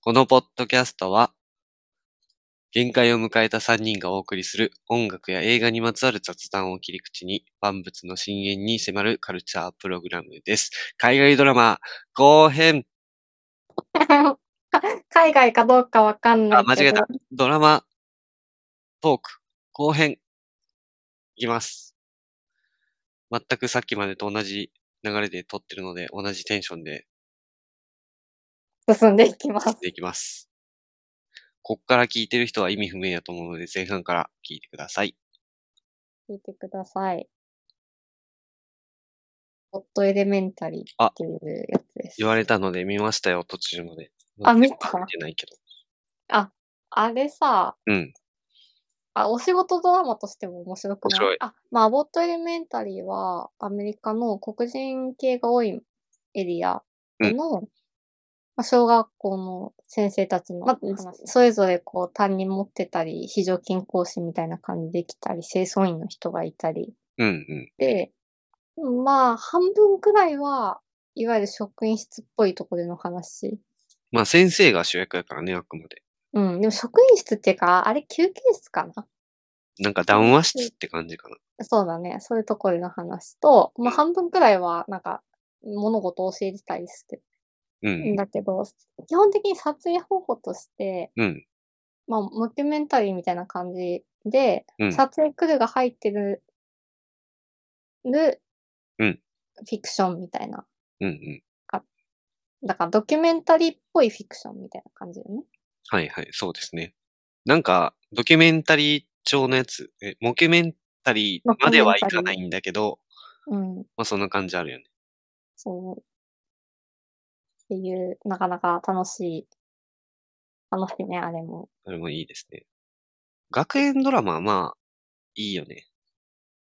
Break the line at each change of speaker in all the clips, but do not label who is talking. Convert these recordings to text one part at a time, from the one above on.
このポッドキャストは、限界を迎えた3人がお送りする音楽や映画にまつわる雑談を切り口に、万物の深淵に迫るカルチャープログラムです。海外ドラマ、後編、
海外かどうかわかんないけど。
あ間違えた。ドラマ、トーク、後編、いきます。全くさっきまでと同じ流れで撮ってるので、同じテンションで
進んでいきま
進
す
ん。でいきます。こっから聞いてる人は意味不明やと思うので、前半から聞いてください。
聞いてください。ホットエレメンタリー
あ
っていうやつです。
言われたので見ましたよ、途中まで。
あ見た
見てないけど。
あれさ、
うん。
あ、お仕事ドラマとしても面白くない
面白い
あ、まあ、アボットエレメンタリーは、アメリカの黒人系が多いエリアの、まあ、小学校の先生たちの
まあ
話、それぞれこう、担任持ってたり、非常勤講師みたいな感じで来たり、清掃員の人がいたり、
うんうん。
で、まあ、半分くらいは、いわゆる職員室っぽいところでの話。
まあ先生が主役やからね、あくまで。
うん、でも職員室っていうか、あれ休憩室かな
なんか談話室って感じかな。
そうだね。そういうところの話と、まあ半分くらいは、なんか、物事を教えてたりして
うん。
だけど、基本的に撮影方法として、
うん。
まあ、モキュメンタリーみたいな感じで、
うん
撮影クルーが入ってる、る、
うん
フィクションみたいな。
うんうん。
だから、ドキュメンタリーっぽいフィクションみたいな感じよね。
はいはい、そうですね。なんか、ドキュメンタリー調のやつ、え、モキュメンタリーまではいかないんだけど、
うん。
まあそんな感じあるよね。
そう。っていう、なかなか楽しい。楽しいね、あれも。
それもいいですね。学園ドラマはまあ、いいよね。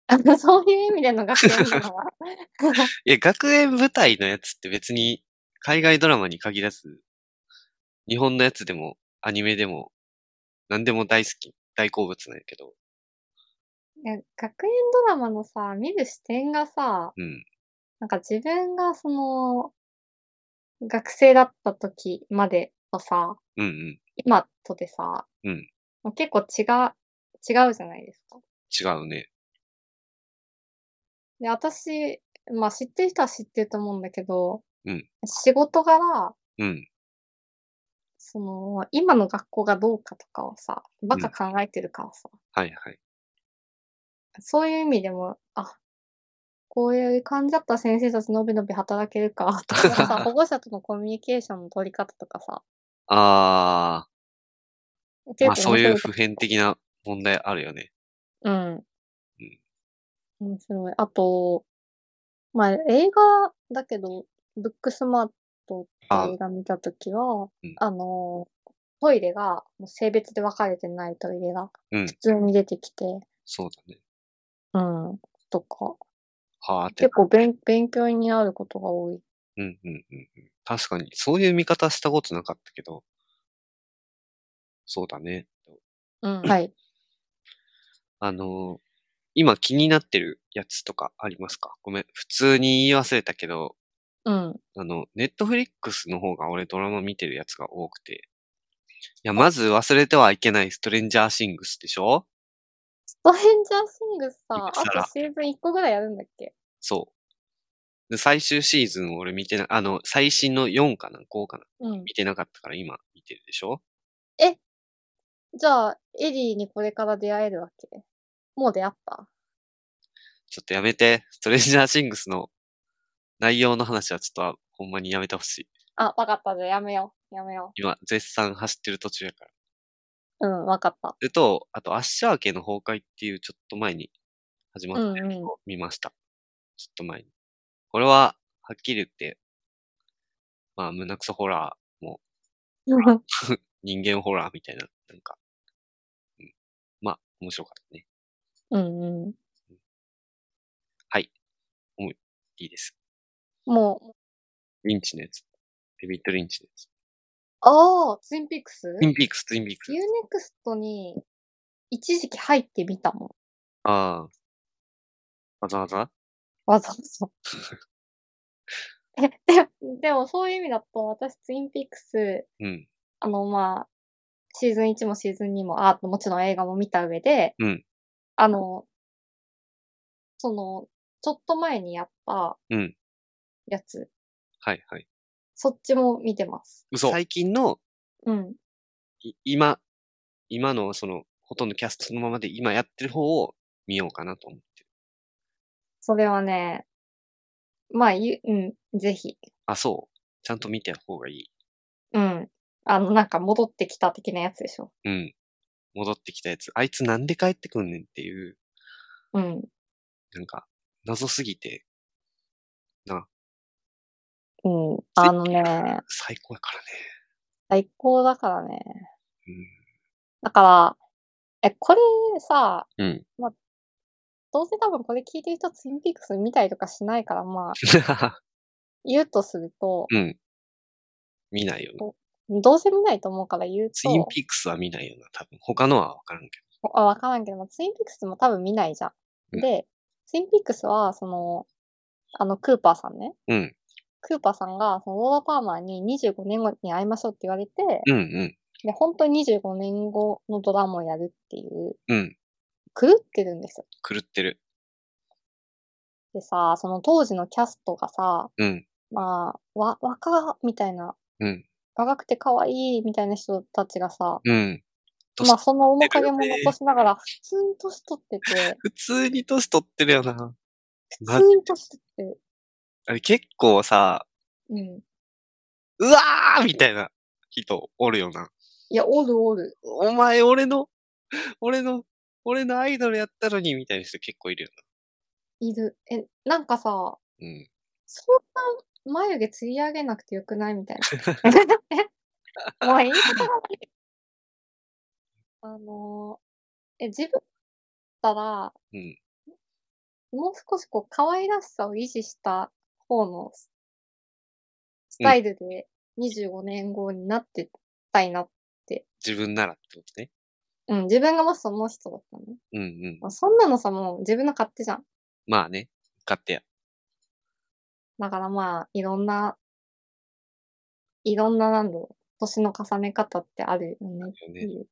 あの そういう意味での学園 なのは。
いや、学園舞台のやつって別に海外ドラマに限らず、日本のやつでもアニメでも何でも大好き、大好物なんやけど、
いや学園ドラマのさ、見る視点がさ、
うん、
なんか自分がその、学生だった時までとさ、
うんうん、
今とでさ、
うん
もう結構違う、違うじゃないですか。
違うね。
で、私、まあ知ってる人は知ってると思うんだけど、
うん
仕事柄、
うん、
その、今の学校がどうかとかをさ、バカ考えてるからさ、
はいはい。
そういう意味でも、あ、こういう感じだったら先生たちのびのび働け るか、とかさ、保護者とのコミュニケーションの取り方とかさ、
あー、
結
まあ
構
そういう
面白
普遍的な問題あるよね。
うん。面白い。あと、まあ映画だけど、ブックスマートって映画見たとき
う
は、
ん
あの、トイレが、もう性別で分かれてないトイレが、
うん
普通に出てきて、
そうだね。
うん、とか、
はーって
結。構勉勉強になることが多い。
うんうんうんうん。確かに、そういう見方したことなかったけど、そうだね。
うん。はい。
あのー今気になってるやつとかありますかごめん、普通に言い忘れたけど、
うん。
あの、ネットフリックスの方が俺ドラマ見てるやつが多くて。いや、まず忘れてはいけないストレンジャーシングスでしょ
ストレンジャーシングスさ、
今
あ
更
とシーズン1個ぐらいやるんだっけ
そう。で最終シーズン俺見てな、あの、最新の4かな ?5 かな
うん。
見てなかったから今見てるでしょ
じゃあ、エリーにこれから出会えるわけもう出会った
ちょっとやめて。ストレンジャーシングスの内容の話はちょっとほんまにやめてほしい。
あ、わかった。じゃあやめよう。やめよ
今、絶賛走ってる途中やから。
う。うん、わか った。
それと、あと、アッシャー家の崩壊っていうちょっと前に始まった
うんうん。
見ました。ちょっと前に。これは、はっきり言って、まあ、胸クソホラー、人間ホラーみたいな、なんか、うん、まあ、面白かったね。
うんうん。
いいです。
もう、
リンチのやつ。デビット・リンチのやつ。
ああ、ツインピックス
ツインピークス、ツインピークス。
ユーネクストに一時期入ってみたもん。
ああ。わざわざ
わざわ ざ。え、でも、でもそういう意味だと、私ツインピックス
うん。
あの、まあ、シーズン1もシーズン2も、あ、もちろん映画も見た上で、
うん
あの、その、ちょっと前にやった
うん、
やつ、
はいはい。
そっちも見てます。
嘘。最近の、
うん。
い今、今のその、ほとんどキャストそのままで今やってる方を見ようかなと思ってる。
それはね、まあ、ゆうん、ぜひ。
あ、そう。ちゃんと見た方がいい。
うん。あの、なんか戻ってきた的なやつでしょ。
うん。戻ってきたやつ。あいつなんで帰ってくんねんっていう、
うん。
なんか、謎すぎて、
うん。あのね、
最高やからね。
最高だからね。
うん。
だから、え、これさ、
うん。
どうせ多分これ聞いてる人ツインピークス見たりとかしないから、まあ、言うとすると、
うん。見ないよな。
どうせ見ないと思うから言う
ツイン
と、
ピークスは見ないよな、多分。他のはわからんけ
あ、わからんけども、ツインピークスも多分見ないじゃ
うん
ん。で、ツインピークスは、その、あの、クーパーさんね。
ど。うん。
クーパーさんが、その、ローラ・パーマーに25年後に会いましょうって言われて、
うんうん。
で、本当に25年後のドラマをやるっていう、
うん。
狂ってるんですよ。
狂ってる。
でさ、その当時のキャストがさ、
うん。
まあ、わ、若、みたいな、
うん。
若くて可愛いみたいな人たちがさ、
うん。年
まあその面影も
取ってるよね
残しながら、普通に年取ってて、
普通に年取ってるよな。
普通に年取ってる。
あれ結構さ、
うん。
うわーみたいな人おるよな。
いや、おるおる。
お前、俺の、俺の、俺のアイドルやったのに、みたいな人結構いるよ
いる。え、なんかさ、
な。うん。
そんな眉毛つり上げなくてよくないみたいな。 もういいからあのーえ、自分だったら、
うん
もう少しこう、可愛らしさを維持した方のススタイルで25年後になってたいな。
自分ならってことね。
うん、自分がもしその人だったのね。
うんうん。
まあそんなのさ、もう自分の勝手じゃん。
まあね。勝手や。
だからまあ、いろんな、いろんな、なんだろう、年の重ね方ってあるよねって
ね
いう。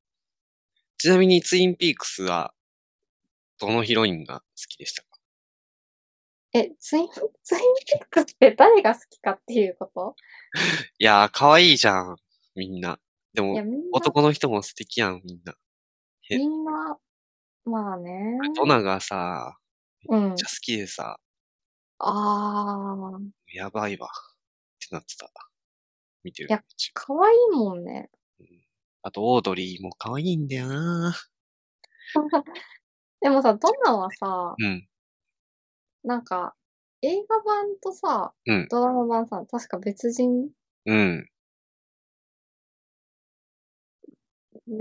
ちなみに、ツインピークスは、どのヒロインが好きでしたか
え、ツイン、 ツインピックスって誰が好きかっていうこ
いやー、可愛いじゃん。みんな。で
といや、
も、
みんな、
男の人も素敵やん、みんな。
みんな、まあね。
ドナがさ、
うん
めっち。ゃ好きでさ、
あー、
やばいわ。ってなってた。見てる
いや
途中。
可愛いもんね。
あと、オードリーも可愛いんだよな
でもさ、ドナはさ、
うん。
なんか、映画版とさ、
うん
ドラマ版さ、確か別人。
うん。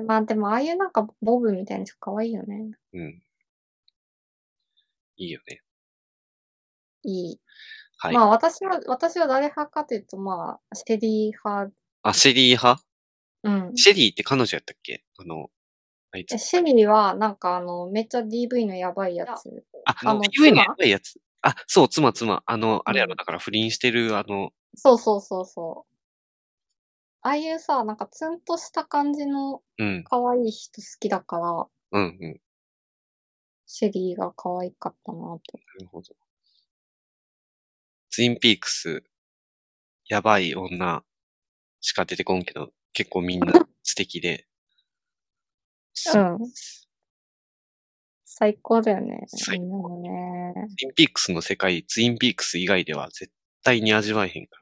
まあでも、ああいうなんかボブみたいな人可愛いよね。
うん。いいよね。
いい。
はい。
まあ私は、私は誰派かというと、まあ、シェリー派。
あ、シェリー派
うん。
シェリーって彼女やったっけあの、あいつ
え。シェリーは、なんかあの、めっちゃ DV のやばいやつ。
あ、あ
あ
の
の、
ゆえに
妻
やばいやつ。あ、そう、妻、妻。あの、あれや
う
ろ、
ん
だから不倫してる、あの、
そうそうそうそう。ああいうさ、なんかツンとした感じの
うん、
可愛い人好きだか
う
ら、
ん、うん。なる
シェリーが可愛かったなと。
ほど。ツインピークス、やばい女しか出てこんけど、結構みんな素敵で。 そう
うん。最高だよね。
最
みんなのね。
ツインピークスの世界、ツインピークス以外では絶対に味わえへんか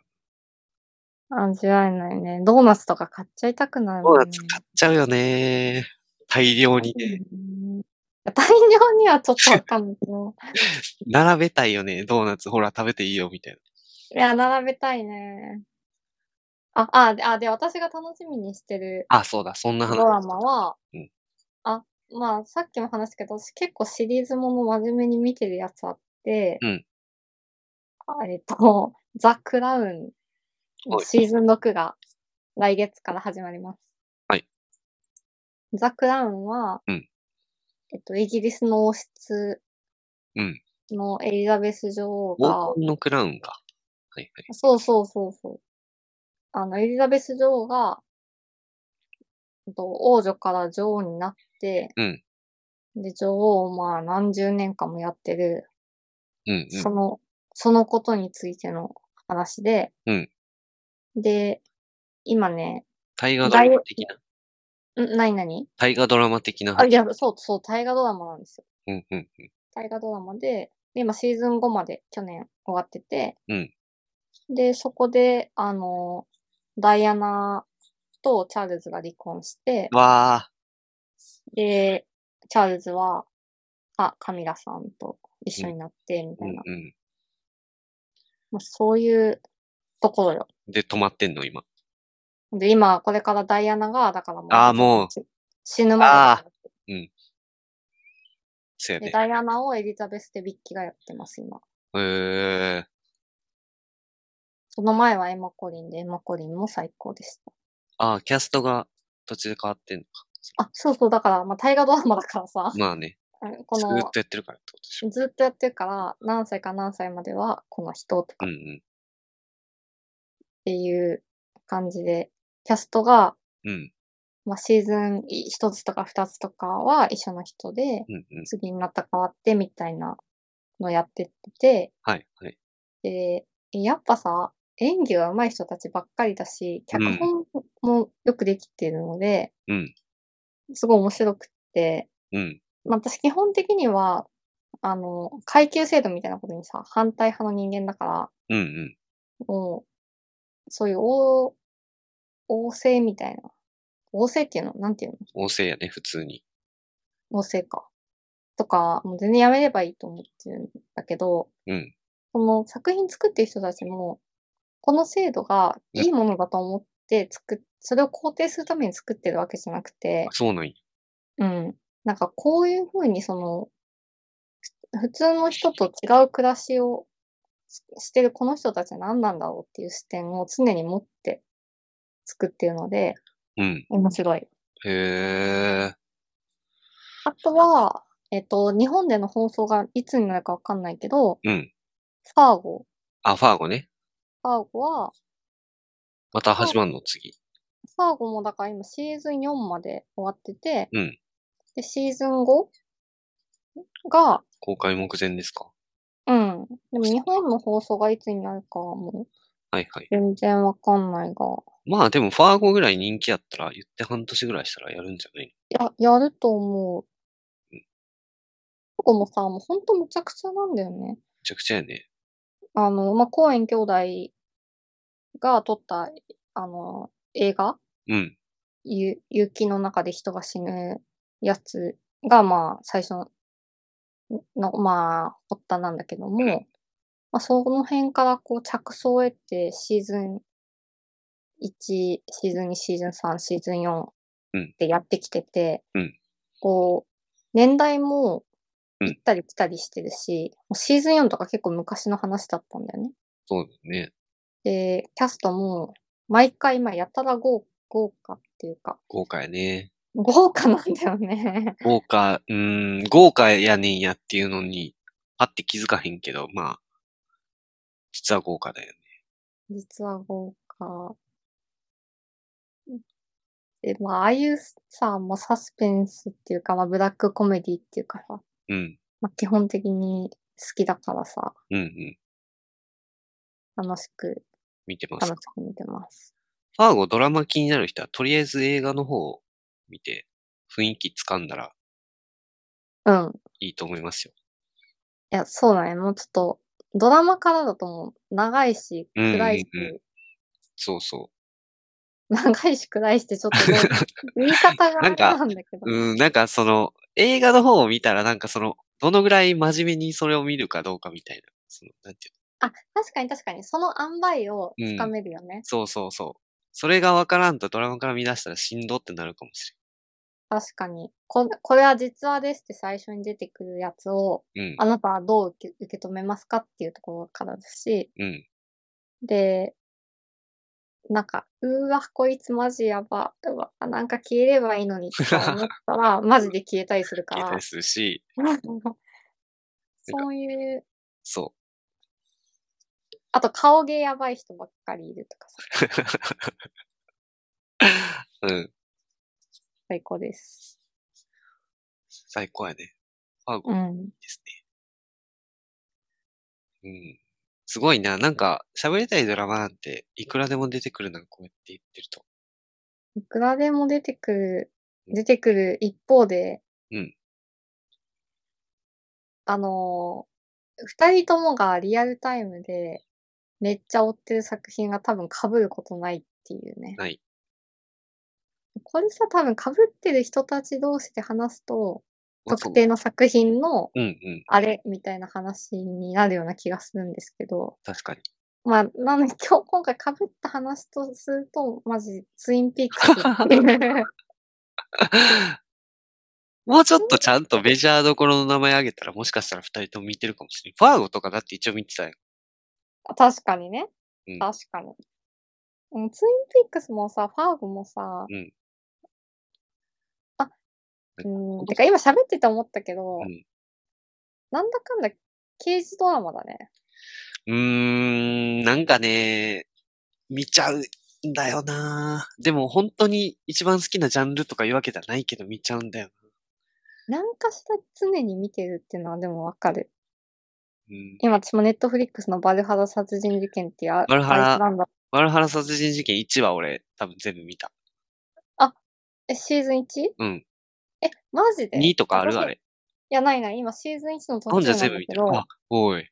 ら。
味わえないね。ドーナツとか買っちゃいたくなる
ド
も
ー
ん
ナ
ね
ツ買っちゃうよね大量にね。
うん大量にはちょっとわかんないけど。
並べたいよね、ドーナツ。ほら、食べていいよ、みたいな。
いや、並べたいね。あ、あ、で、あで私が楽しみにしてる
あ、そうだ、そんな話。
ドラマは、
うん
あ、まあ、さっきも話したけど、私結構シリーズもの真面目に見てるやつあって、
うん
あえっと、 ザ・クラウンの
はい
シーズン6が来月から始まります。
はい。
ザ・クラウンは、
うん
えっと、イギリスの王室
うん
のエリザベス女王が、
黄金のクラウンか。はいはい。
そうそうそうそう。あの、エリザベス女王が、と王女から女王になって、
うん
で、女王をまあ何十年間もやってる、
うんうん
その、そのことについての話で、
うん
で、今ね、
大河ドラマ的な、
ん何何
大河ドラマ的な。
あ、いや、そうそう、大河ドラマなんですよ。
うんうん
大河ドラマで、で今シーズン5まで去年終わってて、
うん
で、そこで、あの、ダイアナとチャールズが離婚して、
わあ、
で、チャールズは、あ、カミラさんと一緒になって、み
う
たい
ん
な、
うん。
まあそういうところよ。
で、止まってんの、今。
で、今、これからダイアナが、だからもう、
あーもう
ち死ぬま
せや
で。で、
ね。
ダイアナをエリザベス・デビッキがやってます、今。
へえ。
その前はエマ・コリンで、エマ・コリンも最高でした。
ああ、キャストが途中で変わってんのか。
あ、そうそう、だから、まあ、大河ドラマだからさ、
まあね、
こ
ず
の
ーっ、とやってるからってことでしょ。
ずっとやってるから、何歳か何歳まではこの人と
う
か
ん
っ
うん。
ていう感じで、キャストが、
うん
まあ、シーズン1つとか2つとかは一緒の人で、
うんうん。
次になった変わってみたいなのやってって、
はいはい。
で、やっぱさ、演技が上手い人たちばっかりだし、脚本もよくできてるので、
うん
すごい面白くって、
うん
まあ、私基本的には、あの、階級制度みたいなことにさ、反対派の人間だか
うん
ら、
うん。
もう、そういう王、王政みたいな。王政っていうのなんていうの
旺盛やね、普通に。
王政か。とか、もう全然やめればいいと思ってるんだけど、
うん
この作品作ってる人たちも、この制度がいいものだと思って作っ、それを肯定するために作ってるわけじゃなくて
あ、そうなんや。
うん。なんかこういうふうにその、ふ普通の人と違う暮らしをししてるこの人たちは何なんだろうっていう視点を常に持って作ってるので、
うん。
面白い。
へえ。
あとは、えっと、日本での放送がいつになるかわかんないけど、
うん。
ファーゴ。
あ、ファーゴね。
ファーゴは、
また始まんの、次。
ファーゴもだから今シーズン4まで終わってて、
うん
で、シーズン 5? が、
公開目前ですか。
うん。でも日本の放送がいつになるかはもう
はいはい。
全然わかんないが。
まあでも、ファーゴぐらい人気やったら、言って半年ぐらいしたらやるんじゃない
や、やると思う。ここもさ、もうほんとむちゃくちゃなんだよね。
めちゃくちゃやね。
あの、まあ、コーエン兄弟が撮った、あの、映画
うん。
ゆ雪の中で人が死ぬやつが、まあ、最初の、まあ、発端なんだけども、
ん
まあ、その辺からこう着想を得て、シーズン1、シーズン2、シーズン3、シーズン4っ
うん
てやってきてて、
うん
こう、年代も
うん
行ったり来たりしてるし、もうシーズン4とか結構昔の話だったんだよね。
そうだね。
で、キャストも、毎回、まあ、やたら豪豪華っていうか、
豪華やね。
豪華なんだよね。
豪華、うーん、豪華やねんやっていうのに、あって気づかへんけど、まあ、実は豪華だよね。
実は豪華。で、まあ、ああいうさ、まあ、サスペンスっていうか、まあ、ブラックコメディっていうかさ、
うん。
まあ、基本的に好きだからさ、
うんうん。
楽しく、
見てま
楽
す
し。く見てます。
ファーゴドラマ気になる人は、とりあえず映画の方を見て、雰囲気つかんだら
うん。
いいと思いますよ。
いや、そうだね。もうちょっと、ドラマからだともう、長いし、
うんうんうん
暗いし、
そうそ
長いし暗いして、ちょっと どう、言い方があれなんだけど。
う。うん、なんかその、映画の方を見たら、なんかその、どのぐらい真面目にそれを見るかどうかみたいな。その、なんていうの
あ、確かに確かに、その塩梅をつかめるよね。
そうそうそう。それがわからんとドラマから見出したらしんどってなるかもし
確かにこ。これは実話ですって最初に出てくるやつを、
れん。
あなたはどう受け受け止めますかっていうところからだし、
うん。うん。
で、なんか、うーわ、こいつマジやば、うわ、なんか消えればいいのにって思った ら、マジで消えたりするか
消えた
ら
り、するし、
そういう、
そう。
あと顔芸やばい人ばっかりいるとかさ、
うん。
最高です。
最高やね。ファーゴ
う
ン
ん。
ですね。うん。すごいな。なんか、喋りたいドラマなんて、いくらでも出てくるな、こうやって言ってると。
いくらでも出てくる、出てくる一方で、
うん
あのー、二人ともがリアルタイムでめっちゃ追ってる作品が多分被ることないっていうね。
ない。
これさ、多分被ってる人たち同士で話すと、特
まあ
定の作品の
そううんうん。
あれみたいな話になるような気がするんですけど、
確かに。
まあ、なので今日、今回被った話とすると、マジ、ツインピークスっ ていう。
もうちょっとちゃんとメジャーどころの名前あげたら、もしかしたら二人とも見てるかもしれん。ファーゴとかだって一応見てたよ。
確かにね
うん。
確かに。うん、ツインピックスもさ、ファーゴもさ、
うん
あ、
こ
う
と
ん、てか今喋ってて思ったけど、
うん
なんだかんだ刑事ドラマだね。
うーん、なんかね、見ちゃうんだよなでも本当に一番好きなジャンルとかいうわけじゃないけど見ちゃうんだよ。
何かしら常に見てるっていうのはでもわかる。
うん。
今私もネットフリックスのバルハラ殺人事件っていうあ
バルハラ
アイスランド。
ワルハラ殺人事件1は俺多分全部見た。
え、シーズン 1?
うん。
え、マジで
2とかある
私
あれ。
いや、ないない。今シーズン1の
ほ
途
んじゃ
中
全
なん
部
だ
見
け
た。
ど、
あ、おい、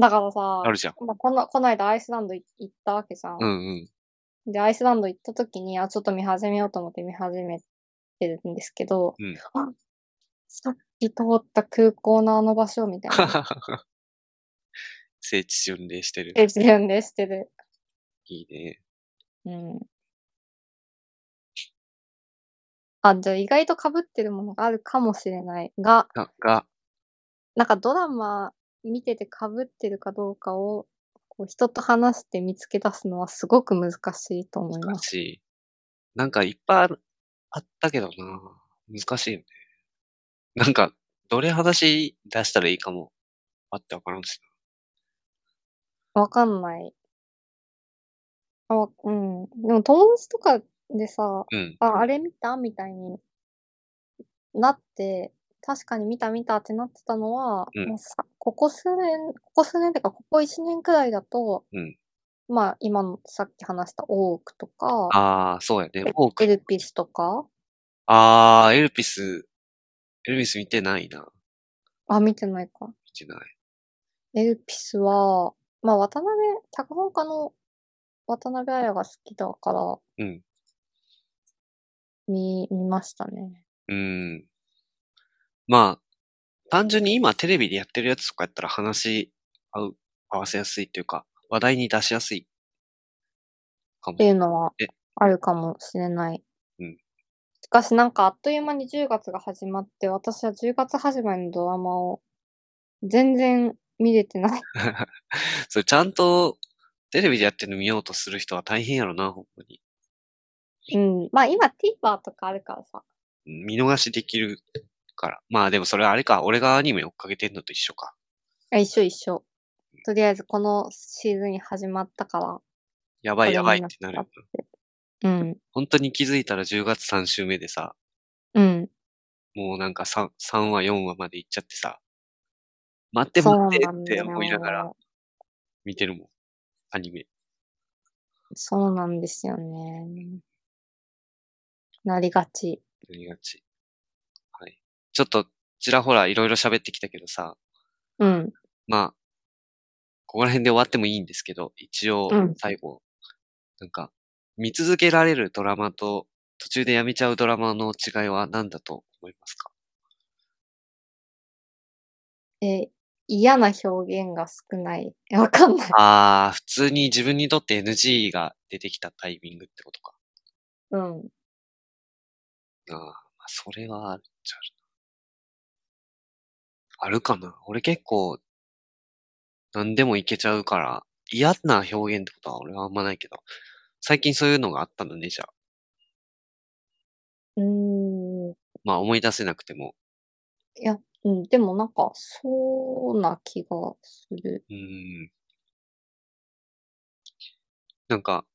だからさ
あ、るじゃん。
まあ、このこの間アイスランドい行ったわけじゃん
う。んうん。
で、アイスランド行った時に、あ、ちょっと見始めようと思って見始めてるんですけど、
うん
あ、さっき通った空港のあの場所みたい な。
聖地巡礼してる。
え、自分でしてる。
いいね。
うん。あ、じゃあ意外と被ってるものがあるかもしれないが、
が、が、
なんかドラマ見てて被ってるかどうかを、こう人と話して見つけ出すのはすごく難しいと思いま
難
す。
しい。なんかいっぱいあるあったけどな難しいよね。なんか、どれ話出したらいいかも。あってわからんし。
わかんない。あ、うん。でも友達とかでさ、
うん。
あ、あれ見たみたいになって、確かに見た見たってなってたのは、
うん
もうさここ数年、ここ数年っていうか、ここ1年くらいだと、
うん
まあ今のさっき話したオークとか、
ああ、そうやね。多
エ
く。
ルピスとか、
ああ、エルピス、エルピス見てないな。
あ、見てないか。
見てない。
エルピスは、まあ渡辺、脚本家の渡辺彩が好きだから、
うん
見、見ましたね。
うん。まあ、単純に今テレビでやってるやつとかやったら話合う、合わせやすいというか、話題に出しやすい。かも
って。いうのは
え
あるかもしれない。
うん
しかしなんかあっという間に10月が始まって、私は10月始まりのドラマを全然見れてない。
それちゃんとテレビでやってるの見ようとする人は大変やろな、ほんまに。
うん。まあ今 TVer とかあるからさ。
うん見逃しできるから。まあでもそれあれか、俺がアニメ追っかけてんのと一緒か。
あ一緒一緒。とりあえずこのシーズンに始まったか
やばい
これ
や
見
ばいっ
なく
てなるよな。
ら。うん。
本当に気づいたら10月3週目でさ、
うん。
もうなんか 3, 3話、4話まで行っちゃってさ、待って待ってって思いながら。見てるもん。アニメ。
そうなんですよね。なりがち。
やりがち。はい。ちょっと、ちらほらいろいろ喋ってきたけどさ、
うん。
まあ、ここら辺で終わってもいいんですけど、一応
うん、
最後、なんか、見続けられるドラマと、途中でやめちゃうドラマの違いは何だと思いますか
え、嫌な表現が少ない。 えわかんない。
あー、普通に自分にとって NG が出てきたタイミングってことか。
うん。
あー、まあ、それはあるっちゃあるな。あるかな俺結構、何でもいけちゃうから、嫌な表現ってことは俺はあんまないけど、最近そういうのがあったのね、じゃあ。
うーん。
まあ思い出せなくても。
いや、うん、でもなんか、そうな気がする。
うーん。なんか、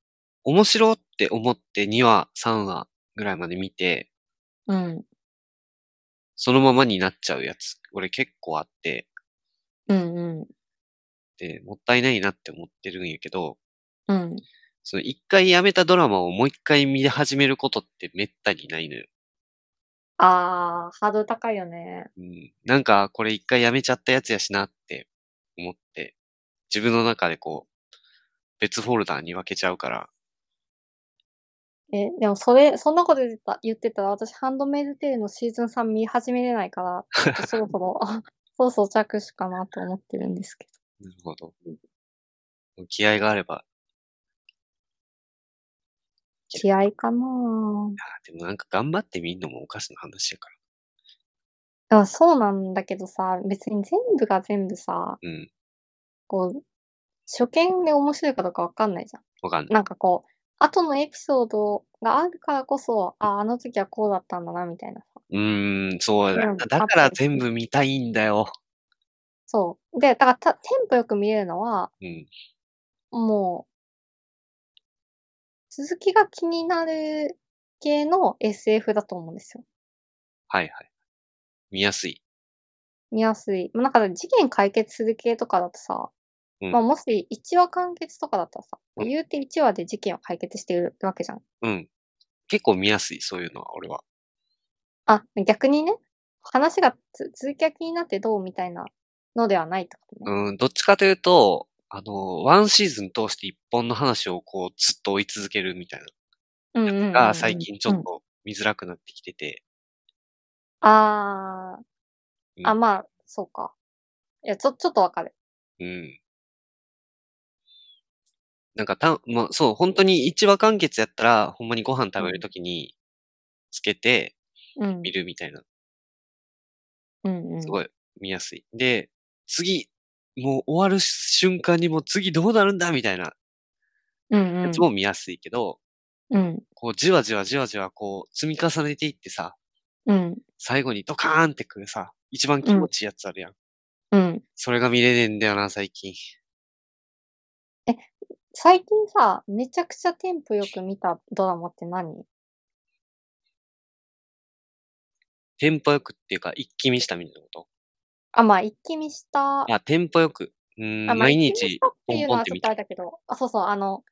面白って思って2話、3話ぐらいまで見て、
うん。
そのままになっちゃうやつ、俺結構あって、
うんうん。
で、もったいないなって思ってるんやけど、
うん。
その一回やめたドラマをもう一回見始めることってめったにないのよ。
あー、ハードル高いよね。
うん。なんか、これ一回やめちゃったやつやしなって思って、自分の中でこう、別フォルダーに分けちゃうから、
え、でもそれ、そんなこと言ってた言ってたら、私、ハンドメイドテールのシーズン3見始めれないから、ちょっとそろそろ、 あそろそろ着手かなと思ってるんですけ
なるほど。気合があれば、
ど。気合か
あ
な
でもなんか頑張ってみんのもおかしな話やから。
いやそうなんだけどさ、別に全部が全部さ、
うん。
こう、初見で面白いかどうかわかんないじゃん。
わかんない。
なんかこう、後のエピソードがあるからこそ、あ、あの時はこうだったんだな、みたいなさ。
うーん、そうだ。
うん
だから全部見たいんだよ。
そう。で、だからた、テンポよく見れるのは、
うん。
もう、続きが気になる系の SF だと思うんですよ。
はいはい。見やすい。
見やすい。まあ、なんか事件解決する系とかだとさ、
うん
まあ、もし1話完結とかだったらさ、
うん
言うて1話で事件を解決してるわけじゃん。
うん。結構見やすい、そういうのは、俺は。
あ、逆にね、話がつ続きが気になってどうみたいなのではないってことね。
うん、どっちかというと、あの、ワンシーズン通して一本の話をこう、ずっと追い続けるみたい
うんうんうんう。
なんのが、最近ちょ
う
っ
ん
と見づらくなってきてて、
あ
う
ー、
ん
あ、まあ、そうか。いや、ちょ、ちょっとわかる。
うん。なんかた、まあ、そう、本当に一話完結やったら、ほんまにご飯食べるときに、つけて、
うん
見。るみたいな。
うんうん。
すごい、見やすい。で、次、もう終わる瞬間にもう次どうなるんだみたいな
うんう
や
ん
つ。も見やすいけど、
うん。
こう、じわじわじわじわ、こう、積み重ねていってさ、
うん。
最後にドカーンってくるさ、一番気持ちいいやつあるやん。
うん。
それが見れねえんだよな、最近。
最近さ、めちゃくちゃテンポよく見たドラマって何
テンポよくっていうか、一気見したみたいなこと。
あ、まあ、一気見した。
あ、テンポよく。うーん、
あまあ
毎
一気見
日
したっ、て
ポ
い
ン
う
ポン
の
っ
は
て
ちょっ
見て
とあれだけど、あ、そうそう、あの、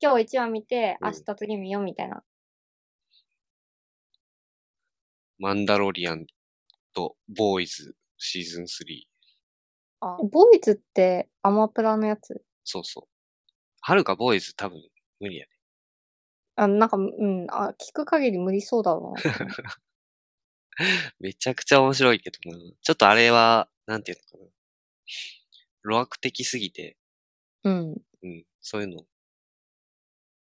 今日一話見て、
うん
明日次見ようみたいな。
マンダロリアンとボーイズシーズン3。
あボーイズってアマプラのやつ
そうそう。はるかボーイズ多分無理やね。
あなんか、うん、あ、聞く限り無理そうだ ろうな。
めちゃくちゃ面白いけどな。ちょっとあれは、なんていうのかな。露悪的すぎて、
うん。
うん、そういうの。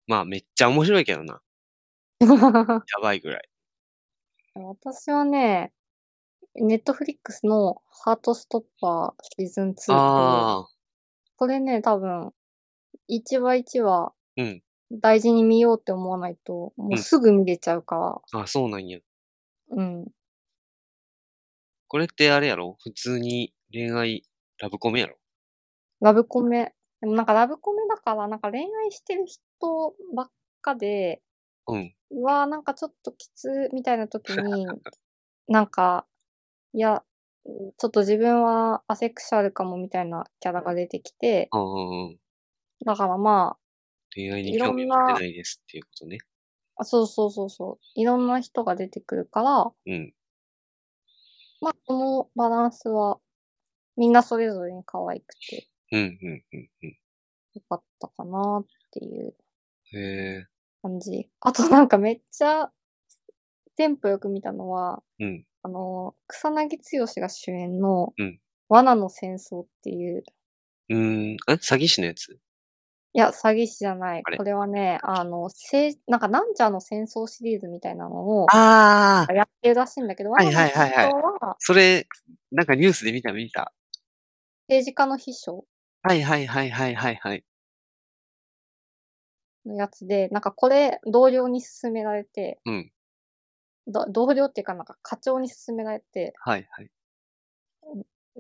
まあめっちゃ面白いけどな。やばいぐらい。
私はね、ネットフリックスのハートストッパーシーズン2と、
ああ、
これね、多分、一話一話
うん、
大事に見ようって思わないと、もうすぐ見れちゃうか
あ、そうなんや。
ら、うん。
これってあれやろ普通に恋愛、ラブコメやろ
ラブコメ。でもなんかラブコメだから、なんか恋愛してる人ばっかで、
うん。
うわーなんかちょっときつみたいな時に、なんか、いや、うんちょっと自分はアセクシャルかもみたいなキャラが出てきて、
ああ、
だからま
恋愛に
いろ
興
んな
味持ってないですっていうことね。
あ、あそうそうそうそう、いろんな人が出てくるから、
うん。
まあ、このバランスは、みんなそれぞれに可愛くて
うん、うん、うん、うん。
よかったかなっていう
へえ。
感じ。あとなんかめっちゃ、テンポよく見たのは、
うん。
あの、草薙剛が主演の
うん、
罠の戦争っていう、
うーん。え詐欺師のやつ
いや、詐欺師じゃない。
あれ
これはね、あの、せいなんか、なんちゃの戦争シリーズみたいなのを
ああ。
やってるらしいんだけど、
はい
罠の
はいはいはい
戦争は
それ、なんかニュースで見た見た。
政治家の秘書
はいはいはいはいはいはい。
のやつで、なんかこれ、同僚に勧められて、
うん
ど同僚っていうか、なんか課長に勧められて、
はいはい。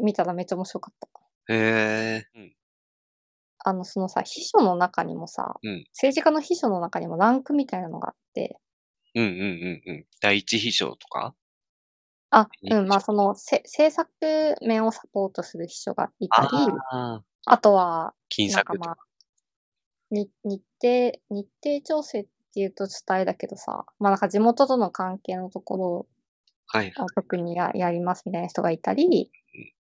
見たらめっちゃ面白かった。
へえ。うん。
あの、そのさ、秘書の中にもさ、
うん
政治家の秘書の中にもランクみたいなのがあって、
うんうんうんうん。第一秘書とか
あ、
いい
うん、まあそのせ制作面をサポートする秘書がいたり、
ああ、
あとは、
金
なんか
策と
ま
か。
あ、に日程、日程調整っていうとちょっとあれだけどさ、まあなんか地元との関係のところを
はい。
あ特にややりますみたいな人がいたり、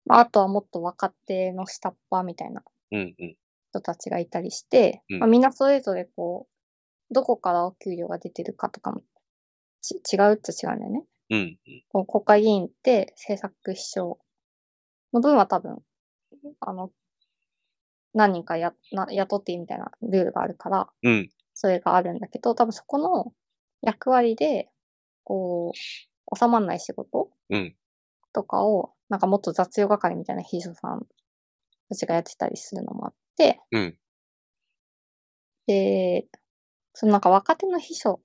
まあ、あとはもっと若手の下っ端みたいな
うんうん。
人たちがいたりして、
うん
まあ、みんなそれぞれこう、どこからお給料が出てるかとかもち違うっちゃ違うんだよね。
うんうん。
こう国会議員って政策秘書の分は多分、あの、何人かやな雇っていいみたいなルールがあるから、
うん。
それがあるんだけど、多分そこの役割で、こう、収まんない仕事
うん
とかを、なんかもっと雑用係みたいな秘書さんたちがやってたりするのもあって、
うん
で、そのなんか若手の秘書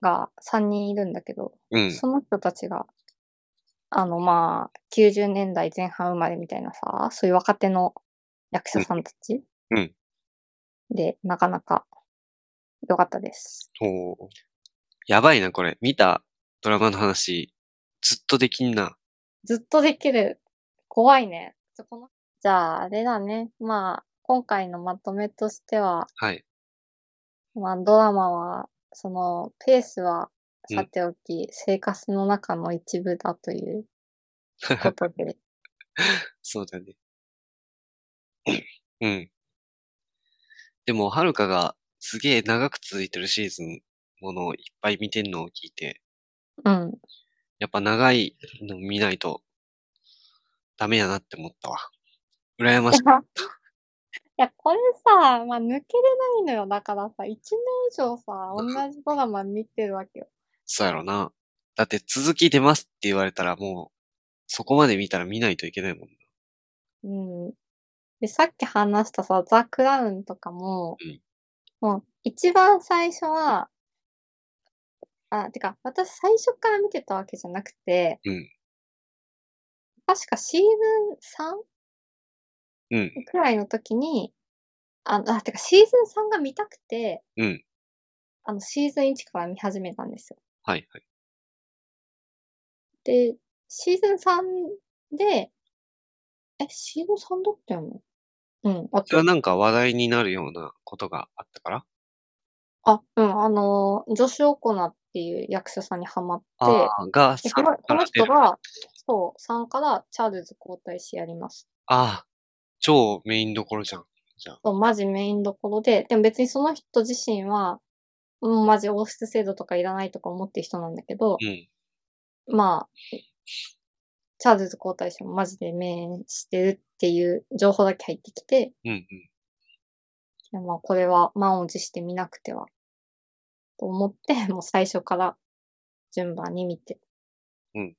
が3人いるんだけど、
うん。
その人たちが、あの、まあ、90年代前半生まれみたいなさ、そういう若手の役者さんたち、
うんうん
で、なかなか良かったです。
ほう。やばいな、これ。見たドラマの話、ずっとできんな。
ずっとできる。怖いね。そこのじゃあ、あれだね。まあ、今回のまとめとしては、
はい。
まあ、ドラマは、その、ペースは、
うん
さておき、生活の中の一部だということで、
そうだね。うん。でも、はるかがすげえ長く続いてるシーズンものをいっぱい見てんのを聞いて、
うん。
やっぱ長いの見ないとダメやなって思ったわ。羨ましい。
いや、これさ、まあ、抜けれないのよ。だからさ、一年以上さ、同じドラマ見てるわけよ。
そうやろな。だって続き出ますって言われたらもう、そこまで見たら見ないといけないもん。
うん。で、さっき話したさ、ザ・クラウンとかも、
うん
もう、一番最初は、あ、てか、私最初から見てたわけじゃなくて、
うん
確かシーズン 3?
うん。
くらいの時に、あ、あてかシーズン3が見たくて、
うん
あの、シーズン1から見始めたんですよ。
はいはい。
で、シーズン3で、え、シーズン3だったよねうん、あっ
それはなんか話題になるようなことがあったから
あ、うん、あのー、ジョシュ・オコナっていう役者さんにハマって、
ああ、が、
で
3
このこ
から
の
出
人
る。
が、そう、3からチャールズ皇太子やります。
ああ、超メインどころじゃん。
そう、マジメインどころで、でも別にその人自身は、うん、マジ王室制度とかいらないとか思ってる人なんだけど
う、ん。
まあ、チャールズ皇太子もマジで面してるっていう情報だけ入ってきて、
うんうん。
いやまあこれは満を持して見なくては。と思って、 もう最初から順番に見て。
うん。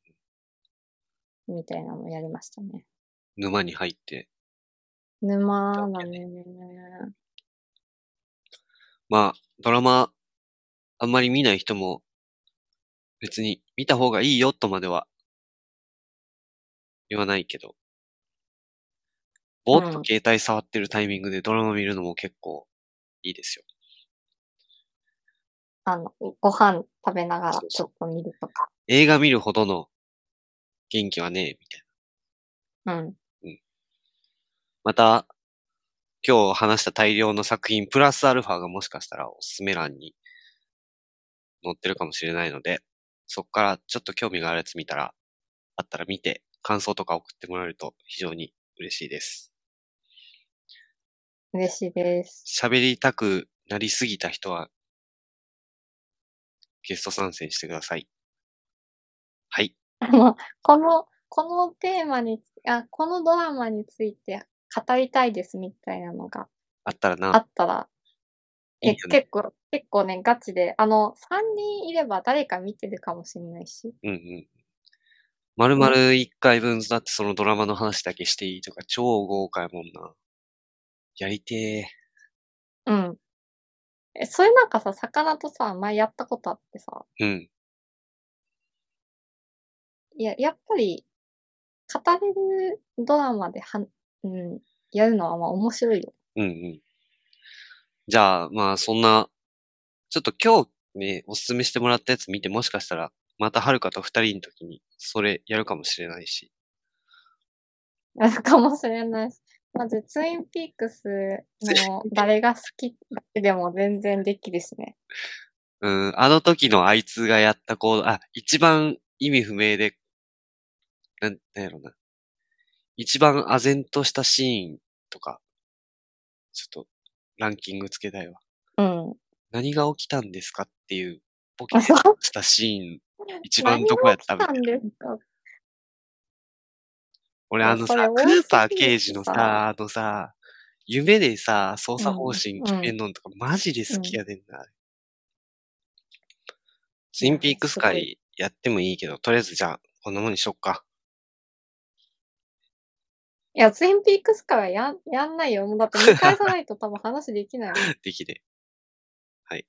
みたいなのをやりましたね。
沼に入って。
沼だね。
まあ、ドラマ、あんまり見ない人も、別に見た方がいいよとまでは、言わないけど。ぼーっと
うん
携帯触ってるタイミングでドラマ見るのも結構いいですよ。
あの、ご飯食べながら
そう
ち
そう
ょっと見るとか。
映画見るほどの元気はねえ、みたいな。
うん。
また、今日話した大量の作品、プラスアルファがもしかしたらおすすめ欄に載ってるかもしれないので、そこからちょっと興味があるやつ見たら、あったら見て、感想とか送ってもらえると非常に嬉しいです。
嬉しいです。
喋りたくなりすぎた人は、ゲスト参戦してください。はい。
あの、この、このテーマにつ、あ、このドラマについて語りたいですみたいなのが
あったらな。
あったら、
いい
え、
よね。
結構、結構ね、ガチで、あの、3人いれば誰か見てるかもしれないし。
うんうん。丸々1回分だってそのドラマの話だけしていいとか超豪華やもんな。やりてえ。
うん。え、それなんかさ、魚とさ、前やったことあってさ、
うん。
いや、やっぱり、語れるドラマではん、うん、やるのはまあ面白いよ。
うんうん。じゃあ、まあそんな、ちょっと今日ね、おすすめしてもらったやつ見て、もしかしたら、またはるかと二人の時に、それやるかもしれないし。
やるかもしれないし。まず、ツインピークス の誰が好きでも全然できるしね。
うん、あの時のあいつがやった行動、あ、一番意味不明で、なん、なんやろな。一番唖然としたシーンとか、ちょっと、ランキングつけたいわ。
うん。
何が起きたんですかっていう、ポケットしたシーン、一番どこやったみ
何
た
が
い
起
な
き。たんですか
俺あのさ、
それ
ク
多すぎる
ーパー刑事の
さ
さ、あのさ、夢でさ、捜査
うん
方針決めんのんとか、マジで好きやでんな。ツインピークス
すご
会やってもいいけど、とりあえずじゃあ、こんなもんにしよっか。
いや、ツインピークスからやんやんないよ。もうだって見返さないと多分話で きないも
できで。はい。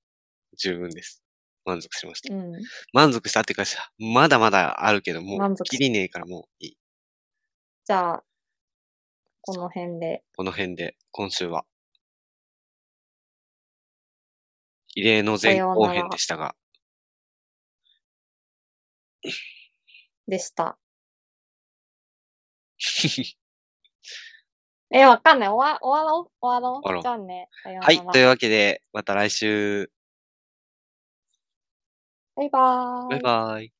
十分です。満足しました。
ん。う
満足したっていうかさ、まだまだあるけど、も
満
う、
足
きりねえからもういい。
じゃあ、この辺で。
この辺で、今週は。異例の前後編でしたが、
でした。え、わかんない。終わ終わろう終わろ
終
う
わろう
じゃあね。さよう
は
なら
い。というわけで、また来週。
バイバーイ。
バイバイ。